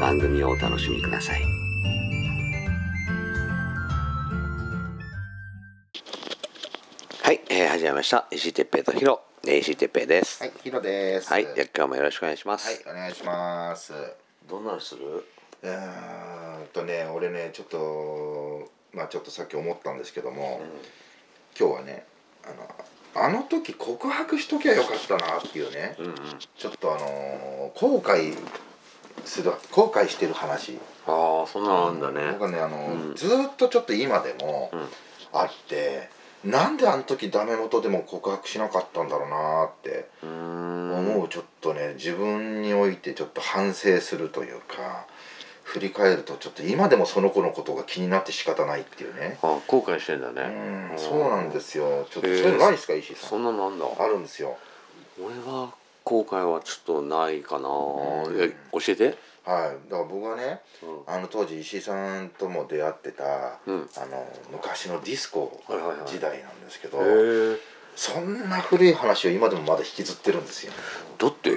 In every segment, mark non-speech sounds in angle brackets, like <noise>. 番組をお楽しみください。はい、えー、始まりました。石井哲平とヒロ、えー石井哲平です。はい、ヒロです。はい、はじゃあ今日もよろしくお願いします。いお願いします。うどんなのするーんとね、俺ね、ちょっと、まあ、ちょっとさっき思ったんですけども、今日はね、あの、あの時告白しときゃよかったなっていうねう、んうん。ちょっとあのー後悔する、後悔してる話。ああ、そんなのあんだね僕。はね、あの、うんずーっとちょっと今でもうんあって、なんであの時ダメ元でも告白しなかったんだろうなーって。うーん。思うちょっとね自分においてちょっと反省するというか振り返るとちょっと今でもその子のことが気になって仕方ないっていうねあ後悔してんだうね。んうんそうなんですよちょっとそうへえいうのないですか石井さそんんなのあんだ。あるんですよ俺は後悔はちょっとないかな、うんえ教えてはいだから僕はねうんあの当時石井さんとも出会ってた、うんあの昔のディスコはいはいはい時代なんですけど、へえそんな古い話を今でもまだ引きずってるんですよだって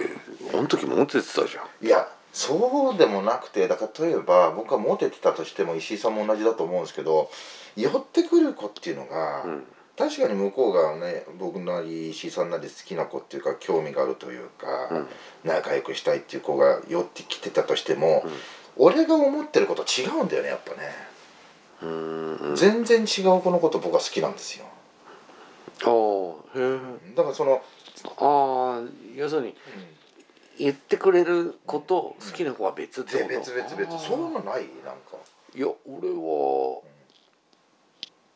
あの時モテてたじゃんいやそうでもなくてだから例えば僕はモテてたとしても石井さんも同じだと思うんですけど寄ってくる子っていうのが、うん確かに向こうがね僕なり石井さんなり好きな子っていうか興味があるというか、うん仲良くしたいっていう子が寄ってきてたとしても、うん俺が思ってること違うんだよねやっぱね、うーんあ全然違う子のこと僕は好きなんですよあーへえだからその、ああ要するに言ってくれる子と好きな子は別ってでこと別々あー別そういうのないなんかいや俺は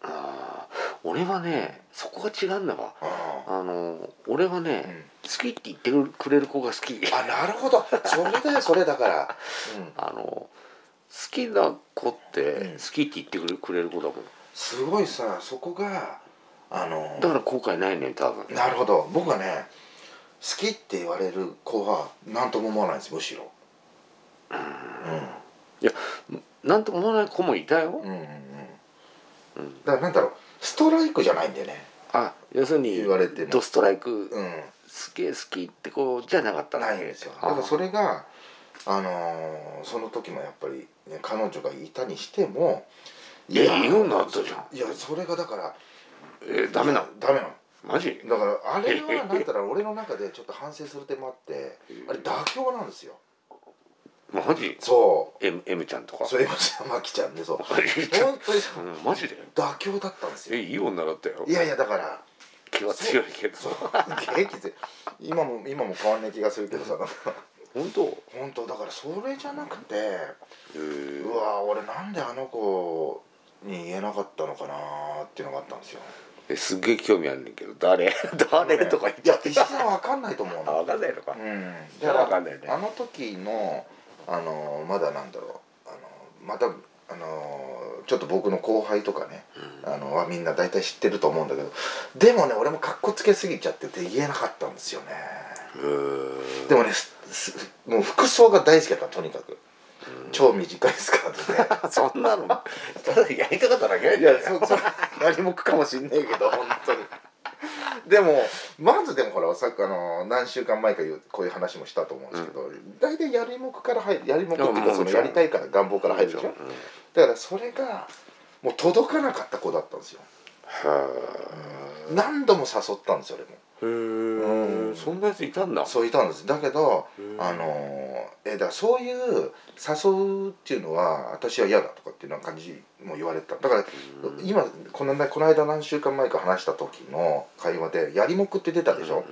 あー俺はねそこが違うんだわああの俺はあ、うね、ん好きって言ってくれる子が好きあなるほどそれだよそれだから、うん、あの好きな子ってうん好きって言ってくれくれる子だもん、すごいさそこがあのだから後悔ないね多分なるほど僕はね好きって言われる子は何とも思わないんですむしろなんとも思わない子もいたよ、うんうんうんうんうん、だからなんだろうストライクじゃないんだよねあ要するに言われてもドストライクうんすげえ好きって子じゃなかったないんですよだからそれがあのーその時もやっぱり、ね、彼女がいたにしてもいやー言うようになったじゃんいやそれがだからえーダメなのダメなのマジだからあれはなんだろう俺の中でちょっと反省する点もあ <laughs> ってあれ妥協なんですよマジそう M, M ちゃんとかそれもさまきちゃんでそう <laughs> マジちゃん本当にそううんマジで妥協だったんですよえいい女だったよいやいやだから気は強いけどそう <laughs> 元気で今も今も変わんない気がするけどさなんか本当本当だからそれじゃなくてえうわ俺なんであの子に言えなかったのかなーっていうのがあったんですよえすっげえ興味あるねんけど誰 <laughs> 誰とか言っいちゃやって石井さんは分かんないと思うあの分かんないのかうんじゃあ分かんないねあの時のあのまだなんだろうあのまたあのちょっと僕の後輩とかねあのはみんな大体知ってると思うんだけどでもね俺もかっこつけすぎちゃってて言えなかったんですよねうんでもねすすもう服装が大好きだったとにかく超短いスカートで <laughs> そんなのただやりたかっただけいやそそれ何もくかもしんないけど本当にでもまずでもほらさっきあの何週間前かいうこういう話もしたと思うんですけど、大体やりもくから入るやりもくっていういやかもそうのやりたいから願望から入るでしょうんだからそれがもう届かなかった子だったんですよは何度も誘ったんですよ俺もへうえんそんなやついたんだそういたんですだけどへーあのえだからそういう誘うっていうのは私は嫌だとかっていうような感じも言われてただからうん今このこの間何週間前か話した時の会話で「やりもく」って出たでしょ、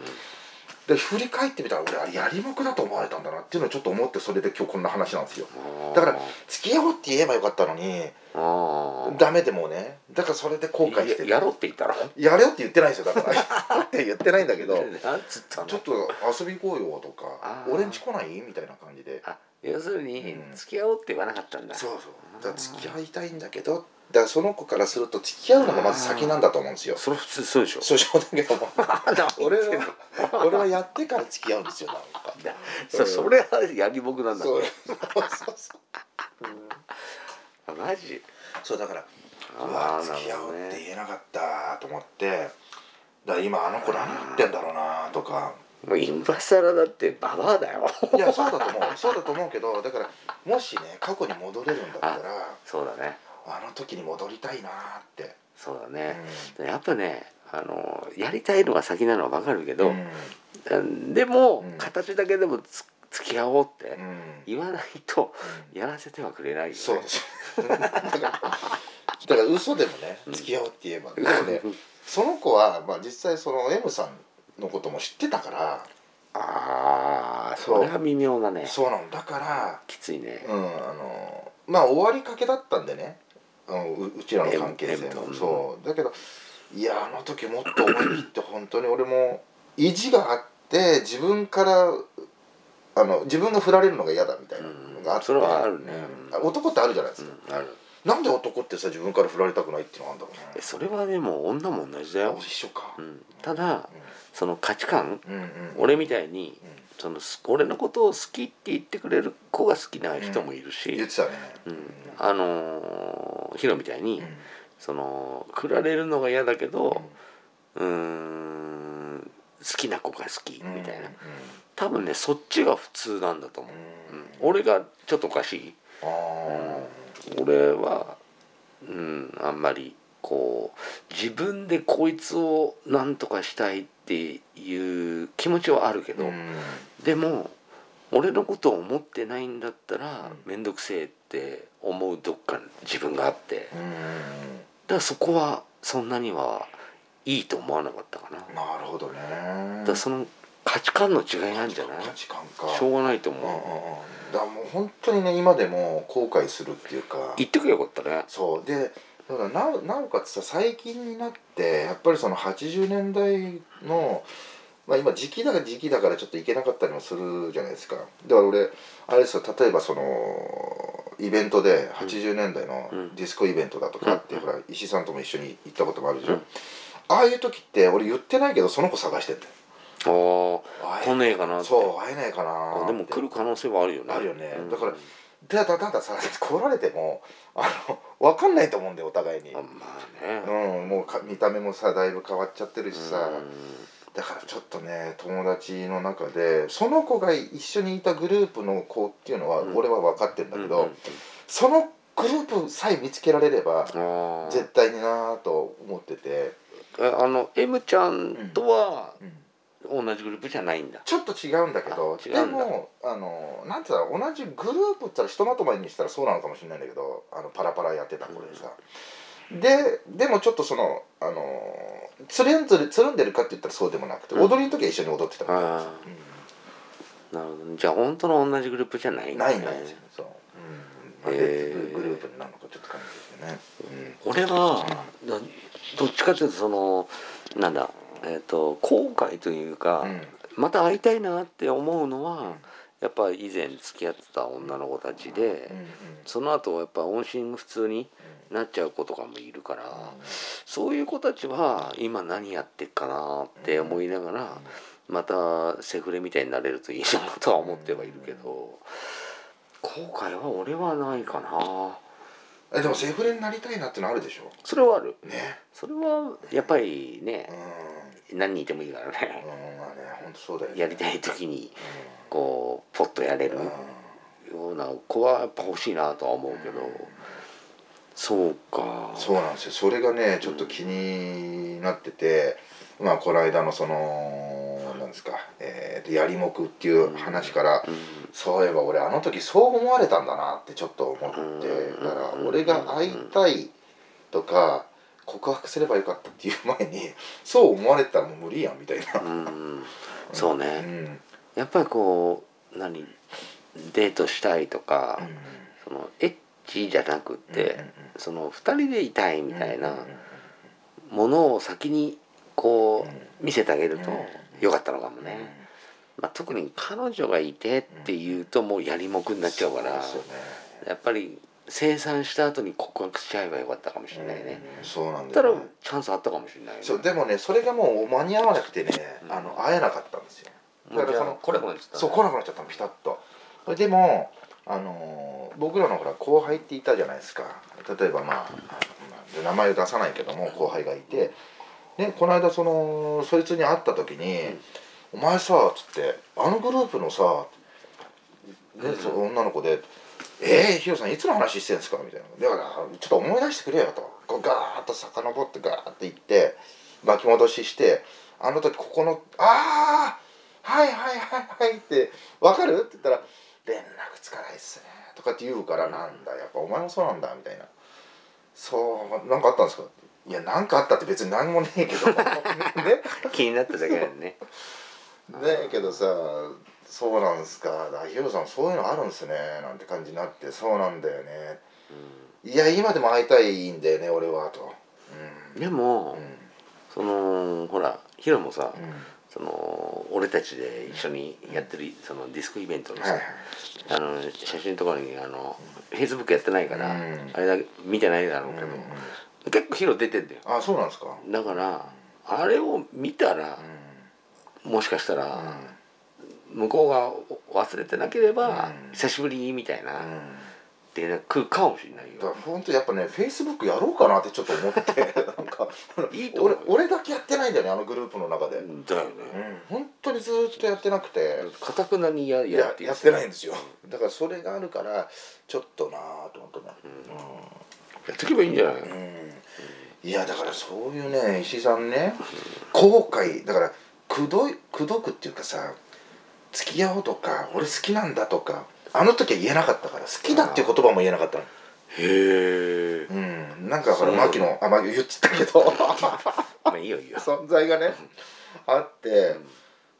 で振り返ってみたら俺あれやりもくだと思われたんだなっていうのをちょっと思ってそれで今日こんな話なんですようんだから付き合おうって言えばよかったのにあーダメでもねだからそれで後悔しているややろうって言ったらやれよって言って <laughs> ないですよだからやれよって言ってないんだけどなんつったのちょっと遊び行こうよとかあー俺んち来ないみたいな感じであ要するにうん付き合おうって言わなかったんだそうそうだから付き合いたいんだけどだからその子からすると付き合うのがまず先なんだと思うんですよそれ普通そうでしょ訴訟だけ <laughs> ども俺俺 <laughs> は俺はやってから付き合うんですよなんかそそれはやりぼくなんだそうそうそうそう、うんあマジそうだからうあわー付き合うなっるほどてね言えなかったと思ってだから今あの子何言ってんだろうなとかもう今更だってババアだ <laughs> よいやそうだと思うそうだと思うけどだからもしね過去に戻れるんだったらそうだねあの時に戻りたいなって、そうだうね、んやっぱねあのやりたいのが先なのはわかるけど、うんでも、うん形だけでもつ付き合おうってうん言わないとうんやらせてはくれないよねそうです <laughs> だからだから嘘でもね付き合おうって言えば、でもねその子は、まあ、実際その M さんのことも知ってたからああそうそれは微妙だねそうなのだからきついね、うん、あのまあ終わりかけだったんでねあのううちらの関係性 M- M のとそうだけどいやあの時もっと思い切って本当に俺も意地があって自分からあの自分が振られるのが嫌だみたいなのがあって、うんそれはあるねうん男ってあるじゃないですうか、ん、あるなんで男ってさ自分から振られたくないっていうのがあるんだろうえねそれはでも女も同じだよあ、一緒か、うん、ただうその価値観ん、うんうん俺みたいにうんそのす俺のことを好きって言ってくれる子が好きな人もいるし、言ってたねうんあのーヒロみたいに、うんその振られるのが嫌だけうどんうーん好きな子が好きうんみたいなうん多分ねそっちが普通なんだと思う、ううんん俺がちょっとおかしいあー俺はうんあんまりこう自分でこいつをなんとかしたいっていう気持ちはあるけど、うんでも俺のことを思ってないんだったらうん面倒くせえって思うどっか自分があってだかうんらそこはそんなにはいいと思わなかったかな、だなるほどね。からその価値観の違いなんじゃない価値観か。しょうがないとうんうんうん思う、。だからもう本当にね今でも後悔するっていうか。言ってくれよかったねそうで。だからなおなおかつさ最近になってやっぱりその80年代の、まあ、今時期だから時期だからちょっと行けなかったりもするじゃないですかだから俺あれですよ例えばそのイベントで80年代のうんディスコイベントだとかって、ほら石井さんとも一緒に行ったこともあるでしょ、うんああいう時って俺言ってないけどその子探してんだよあーあ来ねえかなってそう会えないかなあーでもって来る可能性はあるよねあるよねうんだからただたださ来られてもあの分かんないと思うんだよお互いに、あうまあね、ん、もうか見た目もさだいぶ変わっちゃってるしさ、うだからちょっとね友達の中でその子が一緒にいたグループの子っていうのはうん俺は分かってるんだんけど、そのグループさえ見つけられればうんうんあー絶対になーと思ってて、えあの M ちゃんとはうん同じグループじゃないんだ、ちょっと違うんだけどあ違でうんだもあのなんて言うの同じグループって言ったらひとまとまりにしたらそうなのかもしれないんだけどあのパラパラやってた子でさ、ででもちょっとそのあのつるんつるつるんでるかって言ったらそうでもなくて、うん踊りの時は一緒に踊ってたから、ああなるほどねじゃあ本当の同じグループじゃないうんんだなねいないですよそう、うん、なんへでーグループになるのかちょっと感じですよね、俺はどどっちかというとそのなんだえっ、と後悔というか、うんうんまた会いたいなって思うのはやっぱ以前付き合ってた女の子たちで、うんうんその後やっぱ音信不通になっちゃう子とかもいるから、そういう子たちは今何やってっかなって思いながら、またセフレみたいになれるといいなとは思ってはいるけど後悔は俺はないかなえでもセフレになりたいなってのあるでしょそれはあるねそれはやっぱりねうん、何人いてもいいからうねん、まあね本当そうだよねやりたい時にうんこうポッとやれるような子はやっぱ欲しいなとは思うけどそうかそうなんですよそれがねちょっと気になってて、まあこの間のそのなんですか、えーと、やりもくっていう話から、そういえば俺あの時そう思われたんだなってちょっと思ってうんだから俺が会いたいとか告白すればよかったっていう前に <laughs> そう思われてたらもう無理やんみたいな。うんうんそううねんやっぱりこう何デートしたいとか、うんそのエッチじゃなくって、その2人でいたいみたいなものを先にこう見せてあげるとよかったのかもね、まあ、特に彼女がいてっていうともうやりもくになっちゃうからそうですよねやっぱり生産した後に告白しちゃえばよかったかもしれないね、うんそうなだんだったらよねチャンスあったかもしれないよねそうでもねそれがもう間に合わなくてねうんあの会えなかったんですよもうだからじゃそあの来ればいいんですかそう来なくなっちゃったのピタッとそれでもあのー僕らのほら後輩っていたじゃないですか例えばまああのまあ名前を出さないけども後輩がいてねこの間そのそいつに会った時に「お前さ」っつって「あのグループのさ」ねうんそう女の子で「えー、ヒロさんいつの話してんすか?」みたいな「だからちょっと思い出してくれよ」とこうガーッと遡ってガーッて行って巻き戻しして「あの時ここのああはいはいはいはい」って「わかる?」って言ったら「連絡つかないっすね」とかって言うから「なんだやっぱお前もそうなんだ」みたいな「そうなんかあったんですか?」いやなんかあったって別に何もねえけどね気になっただけだよねねえけどさそうなんすかだヒロさんそういうのあるんすねなんて感じになってそうなんだよねいや今でも会いたいんだよね俺はとうんでうもんそのほらヒロもさ、うんその俺たちで一緒にやってるそのディスクイベントのはいさ、はいあの写真とかにあのフェイスブックやってないから、うんあれだけ見てないだろうけど、うん結構ヒロ出てんだよあそうなんですかだからあれを見たらうんもしかしたうらん向こうが忘れてなければうん久しぶりみたいなうん連絡来るかもしれないだからよ本当やっぱねフェイスブックやろうかなってちょっと思って <laughs> なんかいいと思俺うよ俺だけやってないんだよねあのグループの中でうんだよね本当にずーっとやってなくてかたくなにやいややっ、てやってないんやですよ。だからそれがあるから、ちょっとなぁと思ってね。ってけばいいんじゃないうん。いや、だからそういうね、石井さんね、後悔、だから、くどい、くどくっていうかさ、付き合おうとか、俺好きなんだとか、あの時は言えなかったから、好きだっていう言葉も言えなかったの。へえうん。なんかほら、そうなの牧野、あ、牧野言っちゃったけど、 <laughs> まあいいよいいよ存在がね、あって、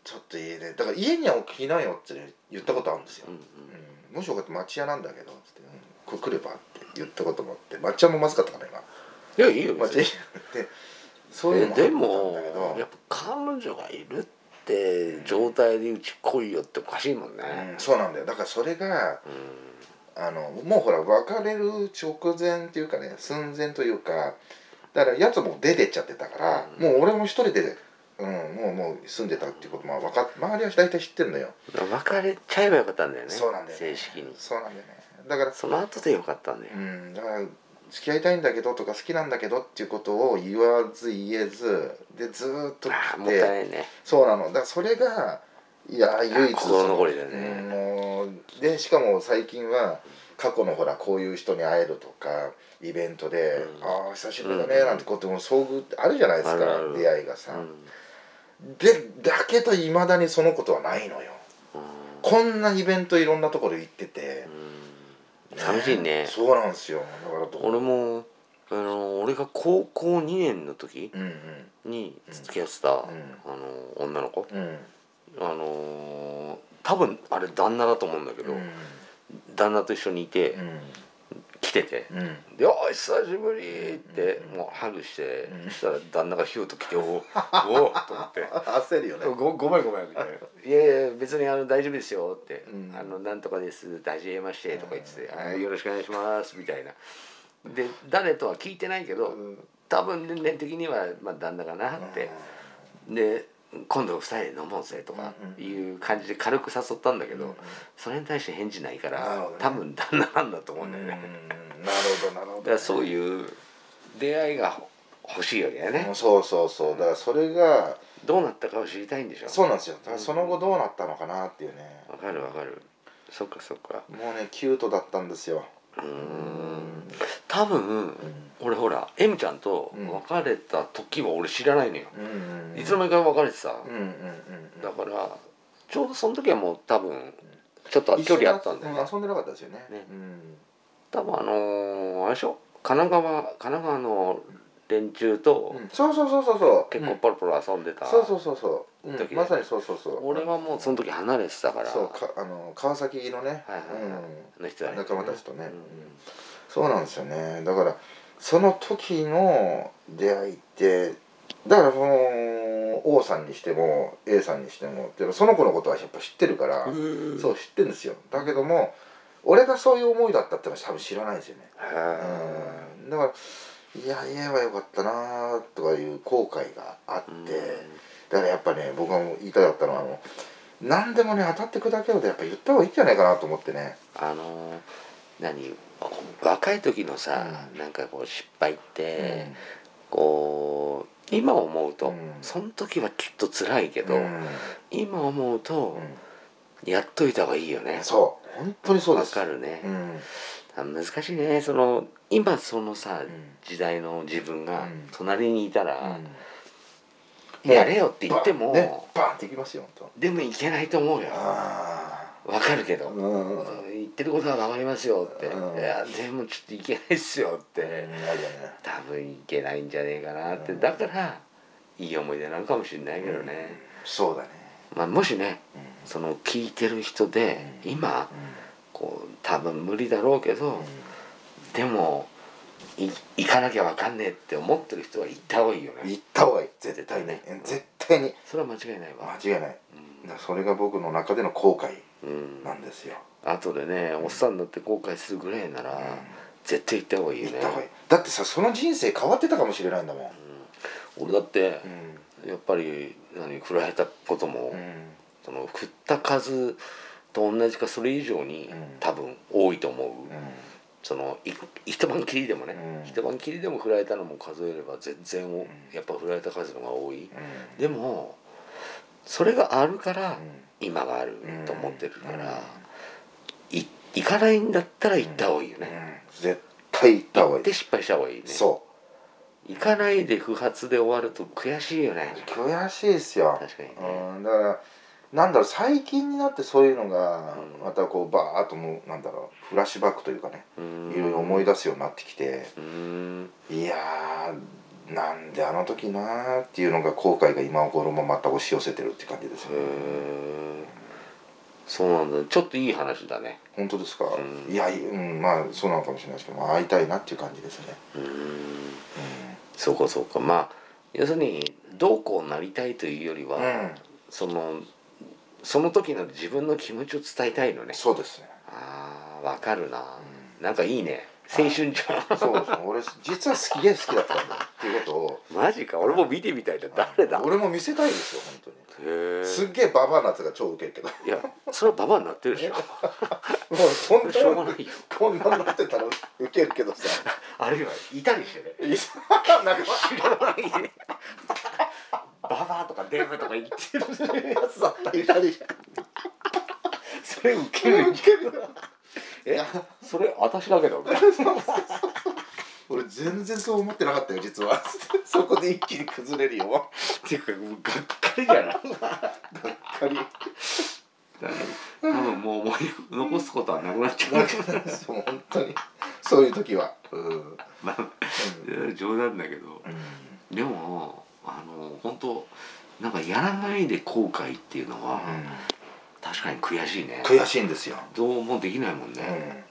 ちょっと家で、だから家には置きなよってね言ったことあるんですよう。んうんうんもしよかったら町屋なんだけど」っつってうん「これ来れば?」って言ったこともあって町屋もまずかったかな今いやいいよ町別に屋 <laughs> でそういうのえであったんだけもどやっぱ彼女がいるって状態でうち来いよっておかしいもんうねん、そうなんだよだからそれがうんあのもうほら別れる直前っていうかね寸前というかだからやつも出てっちゃってたから、うんもう俺も一人で、うん、もうもう住んでたっていうことも分かっ周りは大体知ってんのよ、別れちゃえばよかったんだよねそうなんだよね正式にそうなんだよねだからその後でよかったんだよ、うん、だから付き合いたいんだけどとか好きなんだけどっていうことを言わず言えずでずーっとああ来もったていないねそうなのだからそれがいやー唯一心残りだよねうんもうでしかも最近は過去のほらこういう人に会えるとかイベントでう「んああ久しぶりだね」なんてことも遭遇ってあるじゃないですあるか、ある出会いがうさ、ん、でだけどいまだにそのことはないのようんこんなイベントいろんなところ行ってて、うん寂しいねそうなんですよだからど俺もあの俺が高校2年の時うんうんに付き合ってた、んあの女の子うんあのー多分あれ旦那だと思うんだけど、う旦那と一緒にいて、ん来ててうん <laughs> う「んでおい久しぶり」ってうんもうハグして、うんそしたら旦那がヒューと来 <laughs> て「おおおお」と思って焦るよねごごめんごめんみたいな「いやいや別にあの大丈夫ですよ」ってうんあのなんとかです」「大事えまして」とか言っててあー「よろしくお願いします」みたいな。で誰とは聞いてないけど多分年齢的には、まあ、旦那かなってで今度二人で飲もうぜとかいう感じで軽く誘ったんだけどそれに対して返事ないかなるほらどね多分旦那なんだと思ううんんだなよるね。ほどなるほだどからそういう出会いが欲しいわけだよね、うんそうそうそうだからそれがどうなったかを知りたいんでしょそうなんですよだからその後どうなったのかなっていうねわかるわかるそっかそっかもうねキュートだったんですようーん多分俺ほら M ちゃんと別れた時は俺知らないのよ、うんいつの間にか別れてた、うんうんうんだからちょうどその時はもう多分ちょっと距離あったんだよね一緒に遊んでなかったですよねねうん多分あのーあれでしょ神奈川神奈川の連中とうんそうそうそうそうそう結構ポロポロ遊んでた、そうそうそうそう、うん時ねまさにそうそうそう俺はもうその時離れてたからそうかあの川崎のね、はいはいはいの人だうん、仲間たちとね、うんうんそうなんですよねだからその時の出会いってだからその王さんにしても A さんにしてもっていうのはその子のことはやっぱ知ってるから、うんそう知ってるんですよだけども俺がそういう思いだったってのは多分知らないんですよね、へーうん、だからいや言えばよかったなとかいう後悔があって、だからやっぱね僕が言いたかったのはあの何でもね当たって砕けようでやっぱ言った方がいいんじゃないかなと思ってねあのー何若い時のさ、うなんかこう失敗って、こう今思うと、うんその時はきっと辛いけうど、ん今思うとうん、やっといた方がいいよねそう本当にそうでわすかるねう、ん難しいねその今そのさ、うん時代の自分うがん隣にいたら、うんやれよって言ってバも、ンねバンっていきますよ本でもいけないと思うよ当あわかるけあど、うんうん言ってることはわかりますよって、うんいやでもちょっといけないっすよって、あるよね多分いけないんじゃねえかなって、うんだからいい思い出なのかもしれないけどね、そうだねまあ、もしねうんその聞いてる人でうん今こう多分無理だろうけど、でもい行かなきゃわかんねえって思ってる人は行った方がいいようんね行った方がいい絶対に絶対ね絶対にそれは間違いないわ、間違いないだからそれが僕の中での後悔うんうんなんですよ後でねおっさんになって後悔するぐらいなら、絶対行った方がいいよ行っねた方がいいだってさその人生変わってたかもしれないんだもん俺だってう、んやっぱり何振られたことも、うんその振った数と同じかそれ以上にうん多分多いと思う、うんそのい一晩きりでもね、うん一晩きりでも振られたのも数えれば全然おんやっぱ振られた数の方が多い、うんでもそれがあるからうん今があると思ってるから、うい行かないんだったら行った方がいいよんうね、ん絶対行った方行がいっいて失敗した方がいいねそ行かないで不発で終わると悔しいよねう悔しいですよ確かにねうんだからなんだろう最近になってそういうのがうんまたこうバーッともうなんだろうフラッシュバックというかねいいろいろ思い出すようになってきてうーんいやーなんであの時なーっていうのが後悔が今頃もまた押し寄せてるって感じですへねえそうなんだちょっといい話だね本当ですか、うんいや、いうん、まあそうなのかもしれないですけど、まあ、会いたいなっていう感じですね、うーんそうかそうかまあ要するにどうこうなりたいというよりは、うんそのその時の自分の気持ちを伝えたいのねそうですねあーわかるな、なんかいいね青春じゃそうですね俺実は好きで好きだったんだっていうことをん <laughs> マジか俺も見てみたいだ誰だへ俺も見せたいですよ本当にえすっげえババアなやつが超ウケるけどもいやそれはババアになってるでしょうそんなしょうがないよこんなんなってたらウケるけどさあるいはいたりしてねなんか知らないでババアとかデブとか言ってるやつだったいたりそれウケるウケるえそれ私だけ <laughs> ど俺全然そう思ってなかったよ実はそこで一気に崩れるよっていうかもうがっかりじゃない仮に多分もう思い残すことはなくなっちゃ <laughs> なうくなるそう本当にそういう時はうん、うんまあ冗談だけどでもあの本当なんかやらないで後悔っていうのは、確かに悔しいね悔しいんですよ、どうもできないもんうね、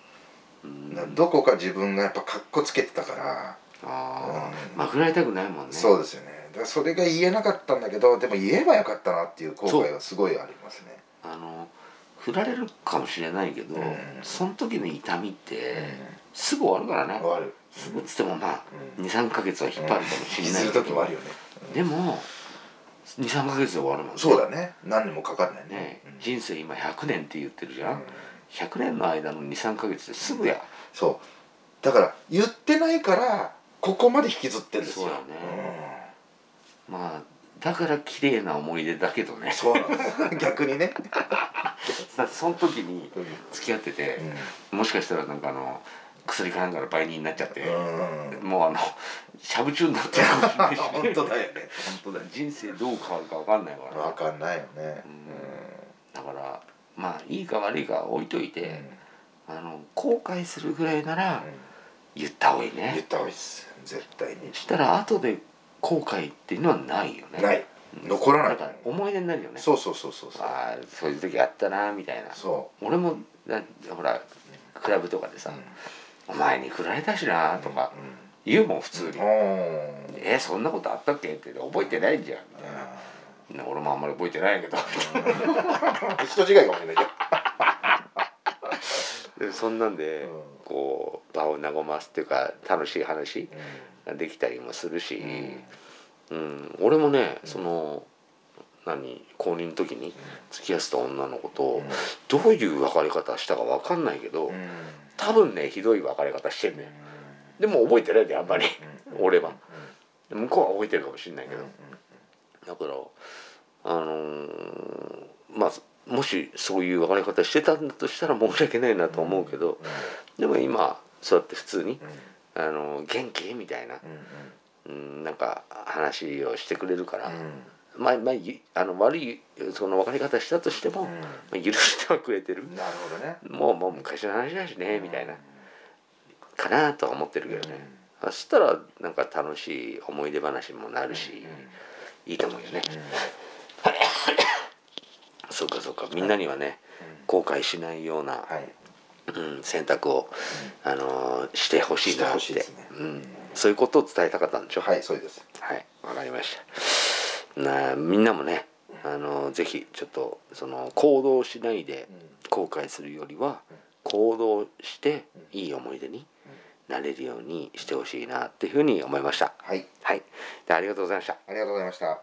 うんんなどこか自分がやっぱかっこつけてたから、ああ、うんまあ振られたくないもんねそうですよねだからそれが言えなかったんだけどでも言えばよかったなっていう後悔はすごいありますねあの振られるかもしれないけど、うんその時の痛みってすぐ終わるからね、終わるすぐっつってもまあうん23か月は引っ張るかもしれないするけど、時もあるよねでも23か月で終わるもんねそうだね何年もかかんないねねうん人生今100年って言ってるじゃん、うん100年の間の23か月ですぐやそうだから言ってないからここまで引きずってるんですよそうだねまあだから綺麗な思い出だけどうんねそうなんで <laughs> す逆にね、だってその時にうん付き合っててうんもしかしたらなんかあの薬かなんかの売人になっちゃって、うんもうあのしゃぶ中になってるかもしれないし本当だよね本当だ <laughs> よ人生どう変わるか分かんないから分かんないよねだからまあいいか悪いか置いというてん、あの後悔するぐらいならうん言った方がいい言っね、た方がいいです絶対にしたら後で後悔っていうのはないよねない残らないだから思い出になるよねそうそうそうそうそうああそういう時あったなみたいなそ俺もなほらクラブとかでうさ、お前に振られたしな」とかうん言うもん普通にうんお「ーえそんなことあったっけ?」って言って覚えてないじゃん」みたいなあ「俺もあんまり覚えてないけどー人違いかもしれないけど」 <laughs> でそんなんで、うんこう場を和ますっていうか楽しい話ができたりもするし、ううんん、俺もねその何公認の時に付き合ってた女の子とどういう別れ方したか分かんないけどうん多分ねひどい別れ方してんだよでも覚えてないんだよあんまりうん俺は向こうは覚えてるかもしれないけうんどうんだからあのーまあもしそういう別れ方してたんだとしたら申し訳ないなと思うけどでも今そうやって普通に「うんあのー元気?」みたいな、うんうん、なんか話をしてくれるから、うんうんまあまあゆあの悪いその別れ方したとしても、まあ許してはくれてるなるほどねもうもう昔の話だしねみたいなかなとは思ってるけどね、そしたらなんか楽しい思い出話にもなるし、いいと思うよね、そうかそうかみんなにはね後悔しないような、はいうん、選択を、あのーしてほしいしてなっほてしいですねうん、そういうことを伝えたかったんでしょはいそうですはいわかりましたなあみんなもねあのーぜひちょっとその行動しないで後悔するよりは行動していい思い出になれるようにしてほしいなっていうふうに思いましたはいはいでありがとうございましたありがとうございました